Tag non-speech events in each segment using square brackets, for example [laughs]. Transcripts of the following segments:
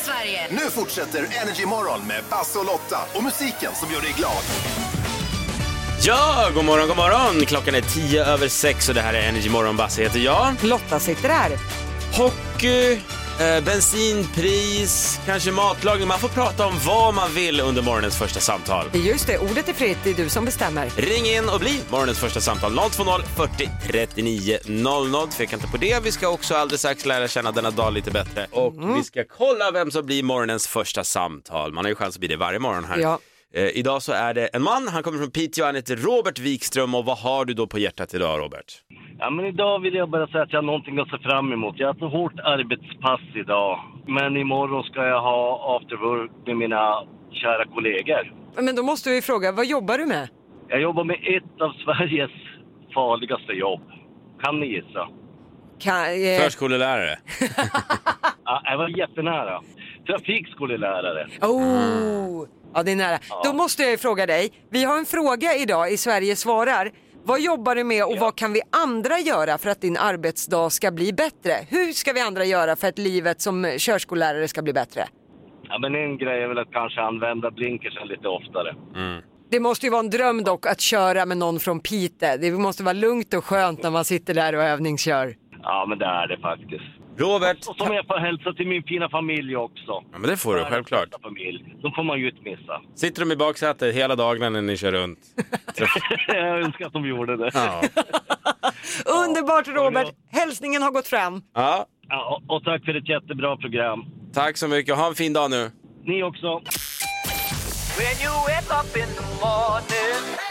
Sverige. Nu fortsätter Energy Morgon med Basse och Lotta och musiken som gör dig glad. Ja, god morgon, god morgon! Klockan är tio över sex och det här är Energy Morgon. Basse heter jag. Lotta sitter här. Hockey, eh, bensinpris, kanske matlagning. Man får prata om vad man vill under morgonens första samtal. Just det, ordet är fritt, det är du som bestämmer. Ring in och bli morgonens första samtal 020 40 39 00. Tveka inte på det. Vi ska också alldeles strax lära känna denna dag lite bättre och vi ska kolla vem som blir morgonens första samtal. Man har ju chans att bli det varje morgon här. Ja. Eh, idag så är det en man, han kommer från Piteå, han heter Robert Wikström och vad har du då på hjärtat idag Robert? Ja, men idag vill jag bara säga att jag har någonting att se fram emot. Jag har ett hårt arbetspass idag. Men imorgon ska jag ha after work med mina kära kollegor. Men då måste vi fråga, vad jobbar du med? Jag jobbar med ett av Sveriges farligaste jobb. Kan ni gissa? Kan, eh, Förskolelärare. Ja, jag var jättenära. Trafikskolelärare. oh, ja, det är nära. Då måste jag ju fråga dig, vi har en fråga idag i Sverige svarar. Vad jobbar du med och vad kan vi andra göra för att din arbetsdag ska bli bättre? Hur ska vi andra göra för att livet som körskollärare ska bli bättre? Ja, men en grej är väl att kanske använda blinkersen lite oftare. Det måste ju vara en dröm dock att köra med någon från Pite. Det måste vara lugnt och skönt när man sitter där och övningskör. Ja, men det är det faktiskt. Robert. Och som jag får hälsa till min fina familj också. Ja, men det får du, självklart. Världens bästa Familj. De får man ju inte missa. [laughs] Sitter de i baksätet hela dagarna när ni kör [laughs] runt? jag önskar att de gjorde det. Ja. Underbart Robert! Hälsningen har gått fram. ja. Ja, och tack för ett jättebra program. Tack så mycket, ha en fin dag nu. Ni också.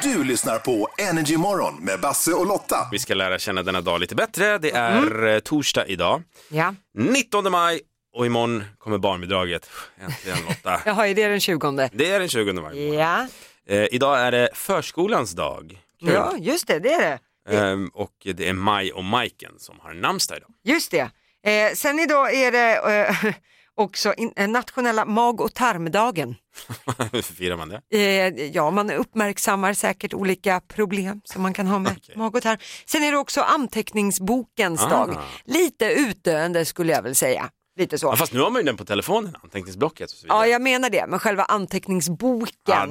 Du lyssnar på Energy Morgon med Basse och Lotta. Vi ska lära känna denna dag lite bättre. Det är Mm. eh, torsdag idag, Ja. 19 maj och imorgon kommer barnbidraget. Äntligen [laughs] Lotta. Jaha, är det den 20? Det är den 20 maj. Ja. Eh, idag är det förskolans dag. Kul. ja, just det, det är det. Ehm, och det är Maj och Majken som har namnsdag idag. Just det. Eh, sen idag är det eh, [laughs] också in, eh, nationella mag och tarmdagen. Hur [laughs] firar man det? Eh, ja, man uppmärksammar säkert olika problem som man kan ha [laughs] med mag och tarm. Sen är det också anteckningsbokens Ah. dag. Lite utdöende skulle jag väl säga. Lite så. Ja, fast nu har man ju den på telefonen, anteckningsblocket och så vidare. Ja, jag menar det, men själva anteckningsboken. Ja,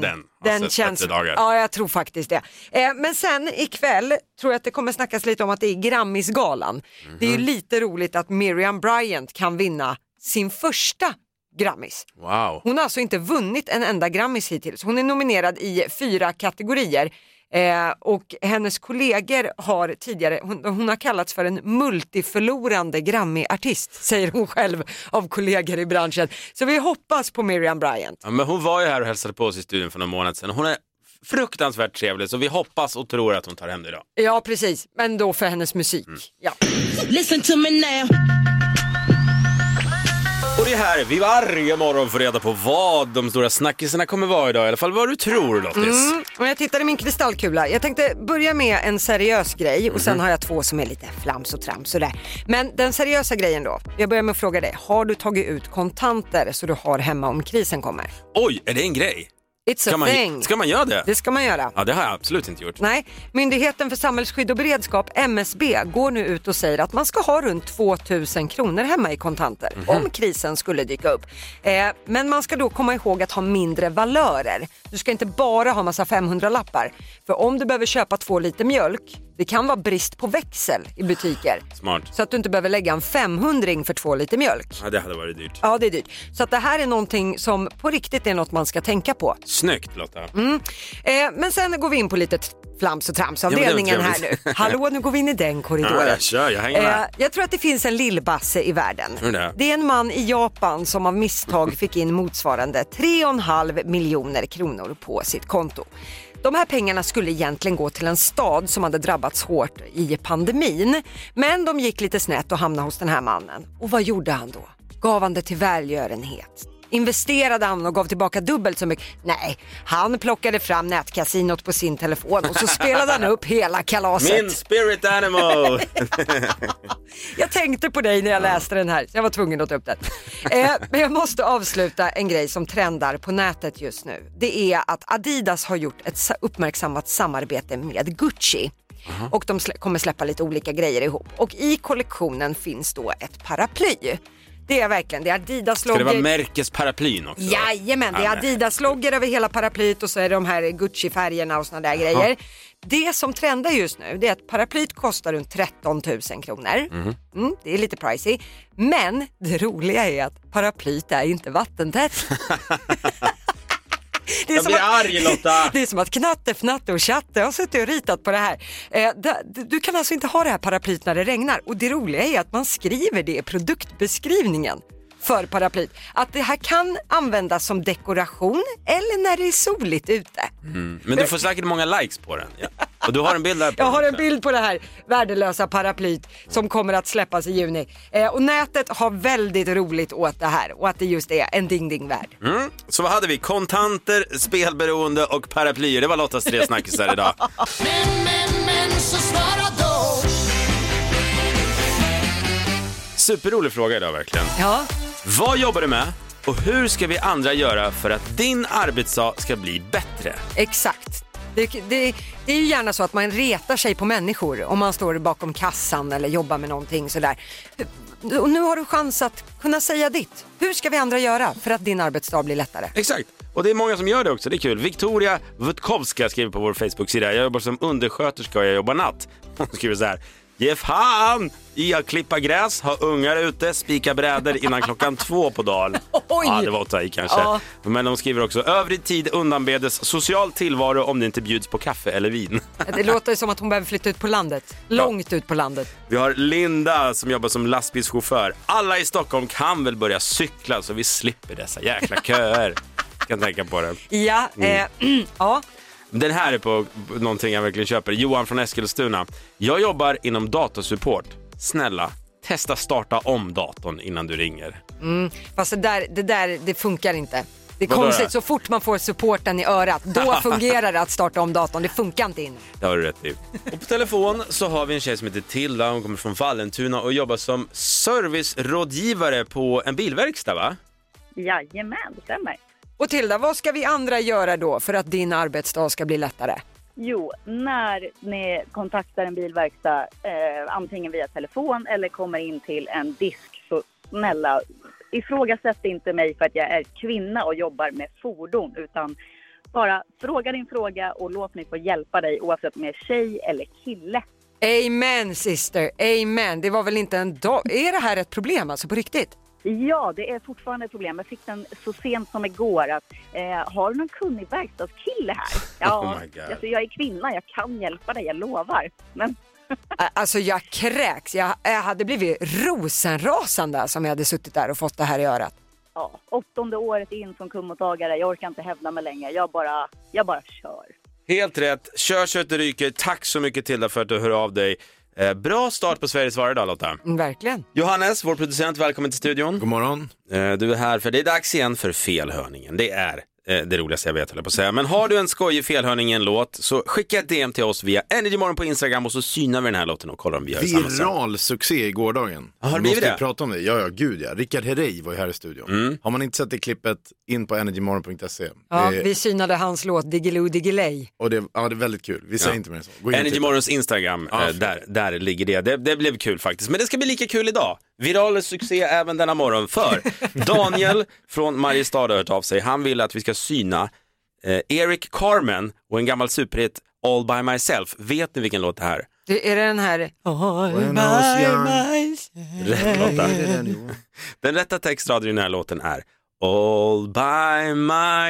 den har sett bättre dagar. Ja, jag tror faktiskt det. Eh, men sen ikväll tror jag att det kommer snackas lite om att det är Grammisgalan. Det är Mhm. ju lite roligt att Miriam Bryant kan vinna sin första Grammis. Wow. Hon har alltså inte vunnit en enda Grammis hittills. Hon är nominerad i fyra kategorier. Eh, och hennes kollegor har tidigare, hon, hon har kallats för en multiförlorande Grammy-artist, säger hon själv av kollegor i branschen. Så vi hoppas på Miriam Bryant. Ja, men hon var ju här och hälsade på oss i studion för någon månad sedan. Hon är fruktansvärt trevlig så vi hoppas och tror att hon tar hem det idag. Ja precis, men då för hennes musik. Ja. Listen to me now. Och det är här vi varje morgon får reda på vad de stora snackisarna kommer vara idag, i alla fall vad du tror Lottis. Mm, och jag tittar i min kristallkula. Jag tänkte börja med en seriös grej och Mhm. sen har jag två som är lite flams och trams och det. Men den seriösa grejen då. Jag börjar med att fråga dig, har du tagit ut kontanter så du har hemma om krisen kommer? Oj, är det en grej? It's Ska a man, thing. ska man göra det? Det ska man göra. Ja, det har jag absolut inte gjort. Nej, Myndigheten för samhällsskydd och beredskap, MSB, går nu ut och säger att man ska ha runt 2000 kronor hemma i kontanter om krisen skulle dyka upp. Eh, men man ska då komma ihåg att ha mindre valörer. Du ska inte bara ha massa 500-lappar. För om du behöver köpa två liter mjölk, det kan vara brist på växel i butiker. Smart. Så att du inte behöver lägga en 500 för två liter mjölk. Ja, det hade varit dyrt. Ja, det är dyrt. Så att det här är någonting som på riktigt är något man ska tänka på. Snyggt Lotta. Eh, men sen går vi in på lite t- flams och Ja, tramsavdelningen men det var här trevligt. nu. Hallå, nu går vi in [laughs] i den Ja, korridoren. jag kör, jag hänger med. Eh, jag tror att det finns en lillbasse i världen. Tror du det? Det är en man i Japan som av misstag fick in motsvarande 3,5 miljoner kronor på sitt konto. De här pengarna skulle egentligen gå till en stad som hade drabbats hårt i pandemin. Men de gick lite snett och hamnade hos den här mannen. Och vad gjorde han då? Gav han det till välgörenhet? Investerade han och gav tillbaka dubbelt så mycket? Nej, han plockade fram nätkasinot på sin telefon och så spelade han upp hela kalaset. Min spirit [laughs] animal! Jag tänkte på dig när jag läste den här, så jag var tvungen att ta [laughs] upp den. Eh, men jag måste avsluta en grej som trendar på nätet just nu. Det är att Adidas har gjort ett sa- uppmärksammat samarbete med Gucci. Och de slä- kommer släppa lite olika grejer ihop. Och i kollektionen finns då ett paraply. Det är verkligen det. Ska det vara Adidas-loggor. märkesparaplyn också? Jajamän, det Ja, är men- Adidas-loggor över hela paraplyet och så är det de här Gucci-färgerna och såna där grejer. Det som trendar just nu det är att paraplyet kostar runt 13 000 kronor. Mm, det är lite pricey. Men det roliga är att paraplyet är inte vattentätt. Det är Jag som blir att- arg, [laughs] Lotta. Det är som att Knatte, Fnatte och Tjatte har suttit och ritat på det här. Eh, da- Du kan alltså inte ha det här paraplyet när det regnar och det roliga är att man skriver det i produktbeskrivningen för paraplyet. Att det här kan användas som dekoration eller när det är soligt ute. Mm, Men du får säkert många likes på den. Ja. Och du har en bild där på Jag den har en också. bild på det här värdelösa paraplyet som kommer att släppas i juni. Eh, och nätet har väldigt roligt åt det här och att det just är en ding-ding-värld. Mm. Så vad hade vi? Kontanter, spelberoende och paraplyer. Det var Lottas tre snackisar idag. [laughs] Superrolig fråga idag verkligen. Ja, Vad jobbar du med och hur ska vi andra göra för att din arbetsdag ska bli bättre? Exakt. Det, det, det är ju gärna så att man retar sig på människor om man står bakom kassan eller jobbar med någonting sådär. Och nu har du chans att kunna säga ditt. Hur ska vi andra göra för att din arbetsdag blir lättare? Exakt. Och det är många som gör det också, det är kul. Victoria Wutkovska skriver på vår Facebook-sida, jag jobbar som undersköterska och jag jobbar natt. [laughs] Hon skriver så här, ge fan i att klippa gräs, ha ungar ute, spika brädor innan klockan två på dagen. [laughs] Oj. Ja, det var åtta i kanske. Ja. Men de skriver också, övrig tid undanbedes social tillvaro om det inte bjuds på kaffe eller vin. [laughs] Det låter som att hon behöver flytta ut på landet. Långt ut på landet. Vi har Linda som jobbar som lastbilschaufför. Alla i Stockholm kan väl börja cykla så vi slipper dessa jäkla köer. [laughs] kan tänka på det. Ja, Mm. eh, [clears throat] ja. Den här är på någonting jag verkligen köper. Johan från Eskilstuna. Jag jobbar inom datasupport. Snälla, testa starta om datorn innan du ringer. Fast det där, det där det funkar inte. Det är Vadå konstigt, då? så fort man får supporten i örat då [laughs] fungerar det att starta om datorn. Det funkar inte in. Det har du rätt i. Och på telefon så har vi en tjej som heter Tilda. Hon kommer från Vallentuna och jobbar som servicerådgivare på en bilverkstad va? Jajamän, det stämmer. Och Tilda, vad ska vi andra göra då för att din arbetsdag ska bli lättare? Jo, när ni kontaktar en bilverkstad, eh, antingen via telefon eller kommer in till en disk, så snälla ifrågasätt inte mig för att jag är kvinna och jobbar med fordon, utan bara fråga din fråga och låt mig få hjälpa dig oavsett om jag är tjej eller kille. Amen sister, amen. Det var väl inte en dag... Är det här ett problem alltså på riktigt? Ja, det är fortfarande ett problem. Jag fick den så sent som igår att eh, har du någon kunnig verkstadskille här? Ja, Oh my God. alltså, jag är kvinna, jag kan hjälpa dig, jag lovar. Men [laughs] Ä- Alltså jag kräks, jag, jag hade blivit rosenrasande alltså, om jag hade suttit där och fått det här i örat. ja, åttonde året in som kundmottagare. Jag orkar inte hävda mig längre. Jag bara, jag bara kör. Helt rätt. Kör så att det ryker. Tack så mycket Tilda för att du hör av dig. Eh, bra start på Sveriges Svar idag Lotta. Mm, Verkligen. Johannes, vår producent, välkommen till studion. God morgon. Eh, Du är här för det är dags igen för felhörningen. Det är eh, det roligaste jag vet, höll jag på att säga. Men har du en skojig felhörning i en låt så skicka ett DM till oss via Energymorgon på Instagram och så synar vi den här låten och kollar om vi gör samma sak. Viral succé i gårdagen. Ja, har det Vi blivit måste ju det? prata om det. Mm. Ja, ja, gud ja. Rickard Herrey var ju här i studion. Har man inte sett det klippet, in på energymorgon.se. Ja, det, vi synade hans låt Diggiloo Diggiley. och det, ja, det är väldigt kul. Vi säger inte mer än så. Gå in och titta. Energymorgons Instagram, eh, förlåt. där, där ligger det. det. Det blev kul faktiskt. Men det ska bli lika kul idag. Viral succé även denna morgon för Daniel från Mariestad har hört av sig. Han vill att vi ska syna eh, Eric Carmen och en gammal superhit All by myself. Vet ni vilken låt det här Det är den här... When I was young. Rätt Lotta. Den rätta textraden i den här låten är All by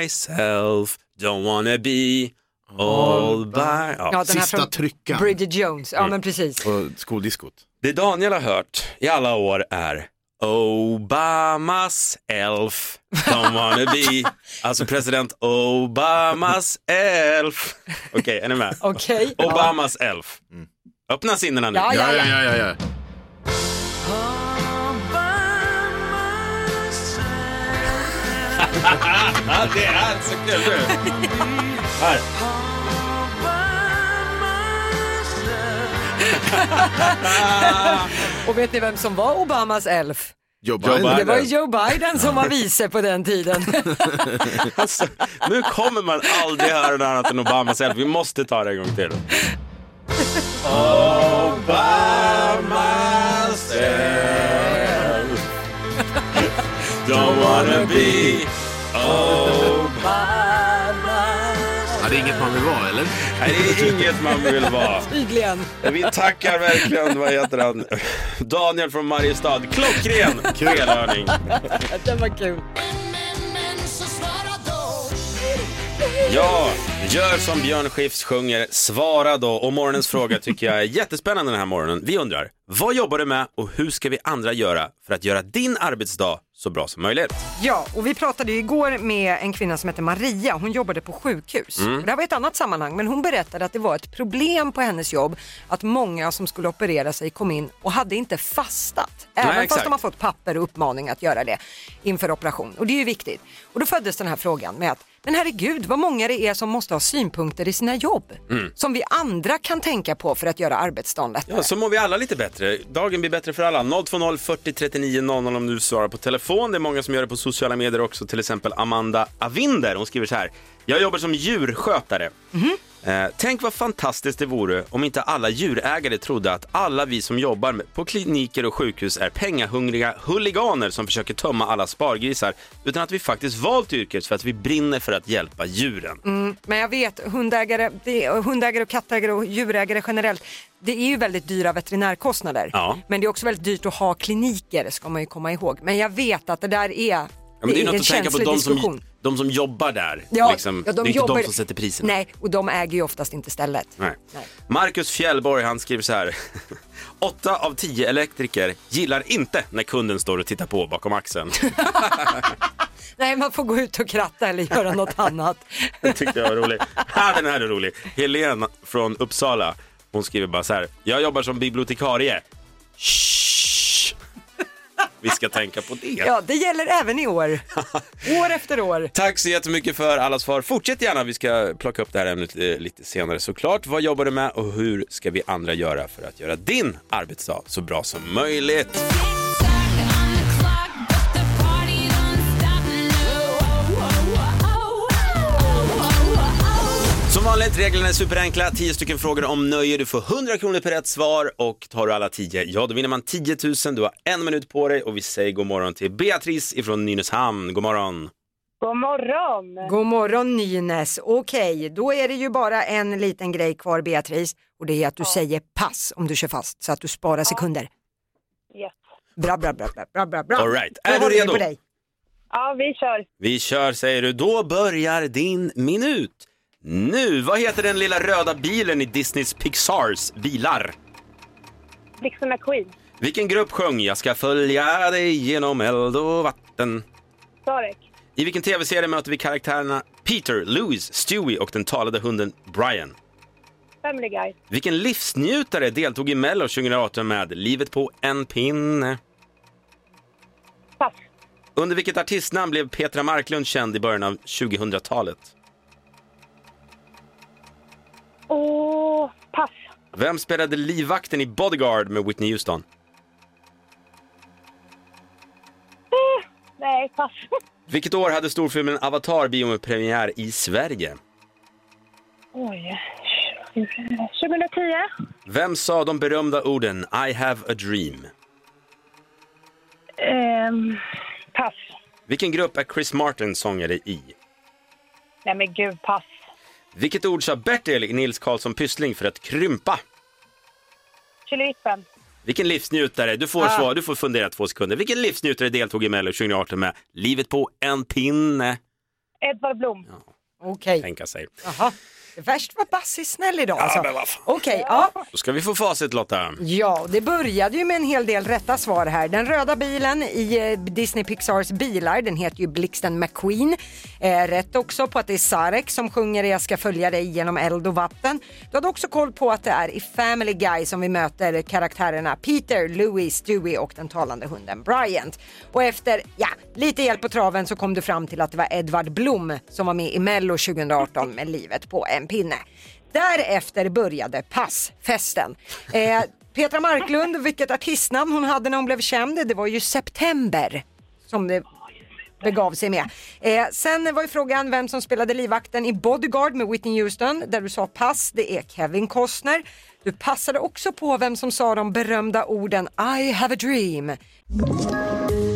myself, don't wanna be all by... Ja. Ja, den här Sista Eh. från tryckan. Bridget Jones, ja men precis. På skoldiskot. Det Daniel har hört i alla år är Obamas elf, don't wanna [laughs] be. Alltså president Obamas elf. [laughs] Okej, är ni med? [laughs] Okej. Obamas elf. Öppna sinnena nu. Ja, ja, Ja, ja. ja, ja, ja. ja. Ja, det är så kul du. [laughs] Här. Och vet ni vem som var Obamas elf? Jobba. Jobba. Det var ju Biden. Joe Biden som var vice på den tiden. [laughs] Alltså, nu kommer man aldrig höra något annat än Obama själv. Vi måste ta det en gång till. Obama wanna be Ja, det är inget man vill vara, eller? Nej, det är inget man vill vara. Tydligen. Vi tackar verkligen, vad heter han? Daniel från Mariestad. Klockren felhörning. Den var kul. Ja, gör som Björn Skifs sjunger, svara då. Och morgonens fråga tycker jag är jättespännande den här morgonen. Vi undrar, vad jobbar du med och hur ska vi andra göra för att göra din arbetsdag så bra som möjligt? Ja, och vi pratade ju igår med en kvinna som heter Maria. Hon jobbade på sjukhus. Och Det här var ett annat sammanhang, men hon berättade att det var ett problem på hennes jobb att många som skulle operera sig kom in och hade inte fastat. Även exakt. fast de har fått papper och uppmaning att göra det inför operation. Och det är ju viktigt. Och då föddes den här frågan med att men herregud vad många det är som måste ha synpunkter i sina jobb. Som vi andra kan tänka på för att göra arbetsdagen lättare. Ja, så mår vi alla lite bättre. Dagen blir bättre för alla. 020 40 39 00 om du svarar på telefon. Det är många som gör det på sociala medier också, till exempel Amanda Avinder. Hon skriver så här. Jag jobbar som djurskötare. Mhm. Eh, tänk vad fantastiskt det vore om inte alla djurägare trodde att alla vi som jobbar med- på kliniker och sjukhus är pengahungriga huliganer som försöker tömma alla spargrisar, utan att vi faktiskt valt yrket för att vi brinner för att hjälpa djuren. Men jag vet, hundägare, det, hundägare och kattägare och djurägare generellt, det är ju väldigt dyra veterinärkostnader. Ja. Men det är också väldigt dyrt att ha kliniker, ska man ju komma ihåg. Men jag vet att det där är, Ja, men det är, en något att tänka på känslig de diskussion. som, de som jobbar där. liksom. ja, det är jobbar- inte de som sätter priserna. Nej, och de äger ju oftast inte stället. Nej. Nej. Marcus Fjällborg han skriver så här. [laughs] Åtta av tio elektriker gillar inte när kunden står och tittar på bakom [laughs] axeln. Nej, man får gå ut och kratta eller göra något [laughs] annat. Den tyckte jag var rolig. Ah, den här är rolig. Helene från Uppsala. Hon skriver bara så här. Jag jobbar som bibliotekarie. Shh. Vi ska tänka på det. Ja, det gäller även [laughs] i år. år efter år. Tack så jättemycket för alla svar. Fortsätt gärna, vi ska plocka upp det här ämnet eh, lite senare såklart. Vad jobbar du med och hur ska vi andra göra för att göra din arbetsdag så bra som möjligt? Som vanligt, reglerna är superenkla. 10 stycken frågor om nöje. Du får 100 kronor per rätt svar och tar du alla 10, ja då vinner man 10 000. Du har en minut på dig och vi säger god morgon till Beatrice ifrån Nynäshamn. God morgon. God morgon! God morgon Nynäs. Okej, då är det ju bara en liten grej kvar Beatrice och det är att du säger pass om du kör fast så att du sparar sekunder. Yes. Bra, bra, bra, bra, bra, bra, bra. All right. Då Är du håller vi redo? på dig. Ja, vi kör. Vi kör säger du. Då börjar din minut. Nu, vad heter den lilla röda bilen i Disneys Pixars bilar? Blixten McQueen. Vilken grupp sjöng Jag ska följa dig genom eld och vatten? Sarek. I vilken tv-serie möter vi karaktärerna Peter, Louis, Stewie och den talade hunden Brian? Family Guy. Vilken livsnjutare deltog i Mello 2018 med Livet på en pinne? Pass. Under vilket artistnamn blev Petra Marklund känd i början av 2000-talet? Åh, pass. Vem spelade livvakten i Bodyguard med Whitney Houston? Eh, Nej, pass. Vilket år hade storfilmen Avatar biopremiär i Sverige? Oj. 2010. Vem sa de berömda orden I have a dream? Ehm, pass. Vilken grupp är Chris Martin sångare i? Nej men gud, pass. Vilket ord sa Bertil i Nils Karlsson Pyssling för att krympa? Chilivippen. Vilken livsnjutare, du får Ah. svar, du får fundera två sekunder. Vilken livsnjutare deltog i Mello 2018 med Livet på en pinne? Edvard Blom. Okej, Tänka sig. jaha. Värst var Bassi snäll idag alltså. men vad fan. Okej, ja. Då ska vi få facit Lotta. [laughs] ja, det började ju med en hel del rätta svar här. Den röda bilen i eh, Disney Pixars bilar, den heter ju Blixten McQueen. Eh, rätt också på att det är Sarek som sjunger Jag ska följa dig genom eld och vatten. Du hade också koll på att det är i Family Guy som vi möter karaktärerna Peter, Louis, Stewie och den talande hunden Bryant. Och efter, ja, lite hjälp på traven så kom du fram till att det var Edvard Blom som var med i Mello 2018 med Livet på en pinne. Därefter började passfesten. Eh, Petra Marklund, vilket artistnamn hon hade när hon blev känd, det var ju September som det begav sig med. Eh, sen var ju frågan vem som spelade livvakten i Bodyguard med Whitney Houston där du sa pass, det är Kevin Costner. Du passade också på vem som sa de berömda orden I have a dream.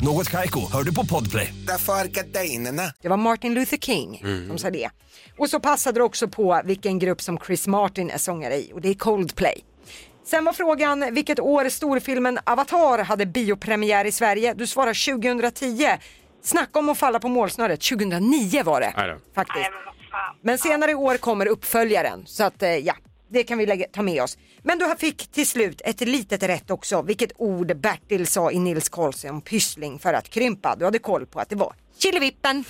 Något Kaiko, hör du på Podplay. Därför är gardinerna. Det var Martin Luther King som sa det. Och så passade du också på vilken grupp som Chris Martin är sångare i och det är Coldplay. Sen var frågan vilket år storfilmen Avatar hade biopremiär i Sverige. Du svarar 2010. Snacka om att falla på målsnöret. 2009 var det Aj då. faktiskt. Nej, men vad fan. Men senare i år kommer uppföljaren så att eh, ja, det kan vi lägga, ta med oss. Men du fick till slut ett litet rätt också, vilket ord Bertil sa i Nils Karlsson om pyssling för att krympa. Du hade koll på att det var killevippen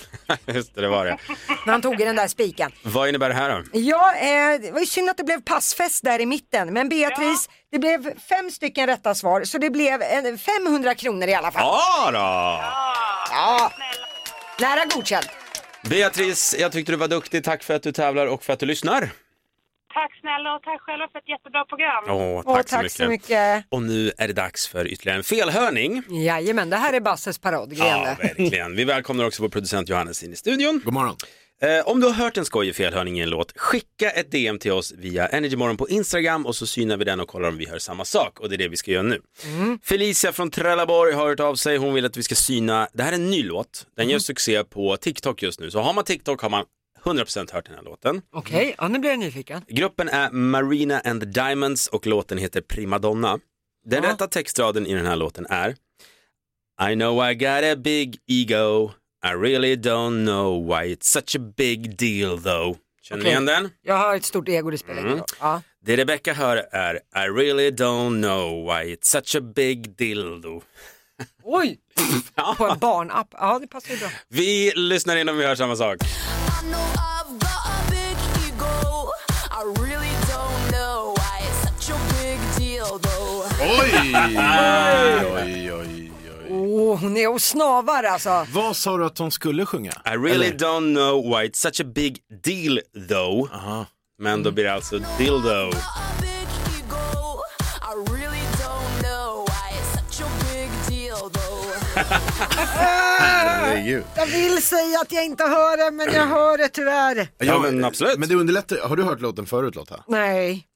Just det, det var det. när han tog i den där spiken. Vad innebär det här då? Ja, eh, det var ju synd att det blev passfest där i mitten, men Beatrice, det blev fem stycken rätta svar så det blev eh, 500 kronor i alla fall. Ja då! Ja. Nära godkänt. Beatrice, jag tyckte du var duktig. Tack för att du tävlar och för att du lyssnar. Tack snälla och tack själva för ett jättebra program. Åh, Åh, tack så mycket. Och nu är det dags för ytterligare en felhörning. Jajamän, det här är Basses paradgren. Ja, verkligen. Vi välkomnar också vår producent Johannes in i studion. God morgon. Eh, om du har hört en skojig felhörning i en låt, skicka ett DM till oss via Energymorgon på Instagram och så synar vi den och kollar om vi hör samma sak. Och det är det vi ska göra nu. Felicia från Trelleborg har hört av sig. Hon vill att vi ska syna, det här är en ny låt. Den gör succé på TikTok just nu. Så har man TikTok har man 100% hört den här låten. Okej, ja, nu blir jag nyfiken. Gruppen är Marina and the Diamonds och låten heter Primadonna. Den rätta textraden i den här låten är I know I got a big ego, I really don't know why it's such a big deal though. Känner ni Okej. igen den? Jag har ett stort ego, det spelar ingen roll. Ja. Det Rebecca hör är I really don't know why it's such a big deal though. Oj! På en barnapp. Ja, det passar ju bra. Vi lyssnar in om vi hör samma sak. Oj, oj, oj, oj. Åh, hon är och snavar alltså. Vad sa du att hon skulle sjunga? I really don't know why it's such a big deal though. Aha. Men då blir det alltså dildo. Herregud. Jag vill säga att jag inte hör det, men jag hör det tyvärr. Ja, men absolut. Men det underlättar, har du hört låten förut Lotta? Nej.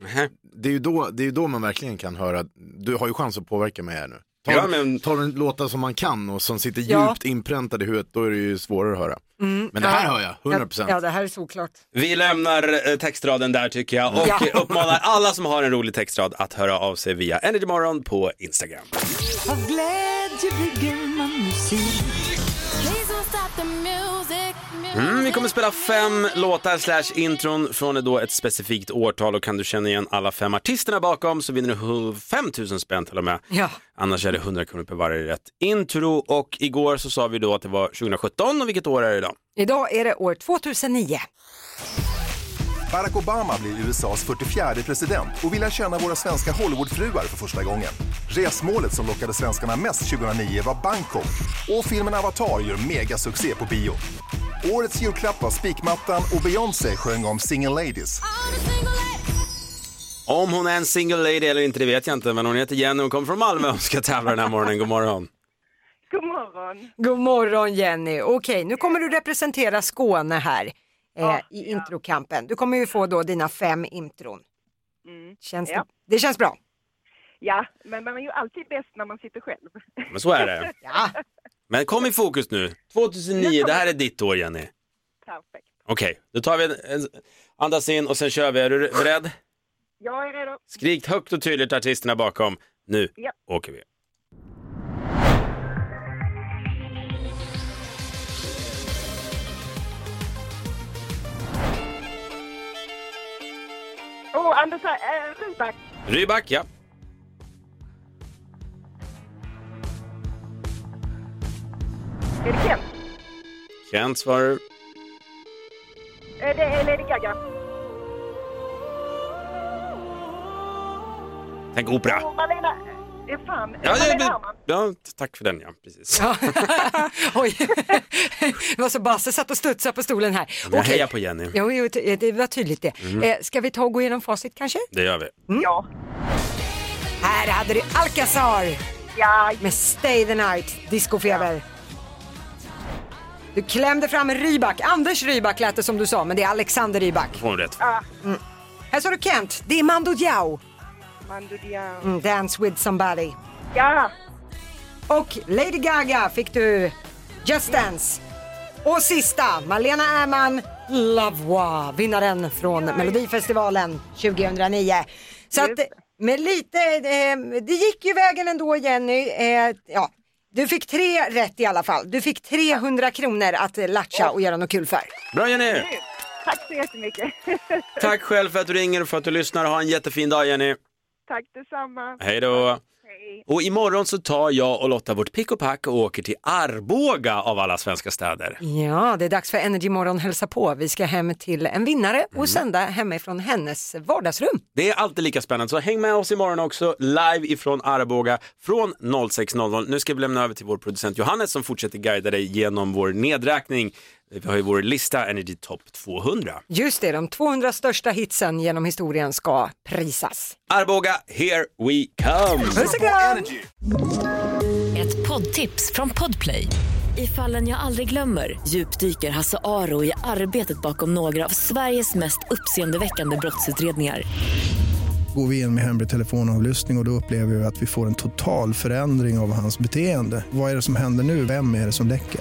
Det är ju då, det är ju då man verkligen kan höra, du har ju chans att påverka mig här nu. Tar, Ja, men- tar du en låta som man kan och som sitter Ja. Mm. djupt inpräntad i huvudet, då är det ju svårare att höra. men det här hör jag, 100%. Ja, det här är såklart. Vi lämnar eh, textraden där tycker jag och Ja. [laughs] uppmanar alla som har en rolig textrad att höra av sig via Energymorgon på Instagram. Mm, vi kommer spela fem låtar slash intron från då ett specifikt årtal och kan du känna igen alla fem artisterna bakom så vinner du hu- 5 000 spänn till och med. Ja. Annars är det 100 kronor per varje rätt intro och igår så sa vi då att det var 2017 och vilket år är det idag? Idag är det år 2009. Barack Obama blir USAs 44 president och vill lära känna våra svenska Hollywoodfruar för första gången. Resmålet som lockade svenskarna mest 2009 var Bangkok och filmen Avatar gör megasuccé på bio. Årets julklapp var spikmattan och Beyoncé sjöng om Single Ladies. Om hon är en single lady eller inte det vet jag inte men hon heter Jenny och kommer från Malmö och ska tävla den här morgonen. God morgon. God morgon. God morgon Jenny. Okej, nu kommer du representera Skåne här eh, i introkampen. Du kommer ju få då dina fem intron. Känns Ja. det, det känns [laughs] bra. Ja, men man är ju alltid bäst när man sitter själv. Men så är det. Ja. Men kom i fokus nu. 2009, det här är ditt år Jenny. Perfekt. Okej, då tar vi en, en, andas in och sen kör vi. Är du beredd? Jag är redo. Skrik högt och tydligt artisterna bakom. Nu Ja. åker vi. Oh, Anders äh, Rudback. Ryback, ja. Är det Kent? Kent svarar. Eh, Det är Lady Gaga. Tänk opera. Och Malena... Det är fan. Ja, ja, Malena men- Ernman. ja, tack för den ja, precis. [laughs] Oj, det var så Basse satt och studsade på stolen här. Men Okej. heja på Jenny. Jo, jo, det det var tydligt det. Mm. Eh, ska vi ta och gå igenom facit kanske? Det gör vi. Ja. Här hade du Alcazar ja. med Stay the Night, discofeber. Du klämde fram Ryback, Anders Ryback lät det som du sa, men det är Alexander Då Ryback. får hon rätt. Mm. Här sa du Kent, det är Mando Diao, Mando Diao. mm, Dance with somebody. Ja. Och Lady Gaga fick du Just Dance. Och sista, Malena Ernman, Love Wa, vinnaren från Melodifestivalen 2009. Så att, med lite, eh, det gick ju vägen ändå Jenny. Eh, ja. Du fick tre rätt i alla fall. Du fick 300 kronor att eh, latcha och göra något kul för. Bra Jenny! Tack så jättemycket. [laughs] Tack själv för att du ringer och för att du lyssnar. Ha en jättefin dag Jenny. Tack detsamma. Hej då! Och imorgon så tar jag och Lotta vårt pick och pack och åker till Arboga av alla svenska städer. Ja, det är dags för Energy Morgon hälsa på. Vi ska hem till en vinnare och sända hemifrån hennes vardagsrum. Det är alltid lika spännande, så häng med oss imorgon också, live ifrån Arboga från 06.00. Nu ska vi lämna över till vår producent Johannes som fortsätter guida dig genom vår nedräkning. Vi har ju vår lista Energy Top 200. Just det, de 200 största hitsen genom historien ska prisas. Arboga, here we come! Puss och kram! Ett poddtips från Podplay. I fallen jag aldrig glömmer djupdyker Hasse Aro i arbetet bakom några av Sveriges mest uppseendeväckande brottsutredningar. Går vi in med hemlig telefonavlyssning och, och då upplever vi att vi får en total förändring av hans beteende. Vad är det som händer nu? Vem är det som läcker?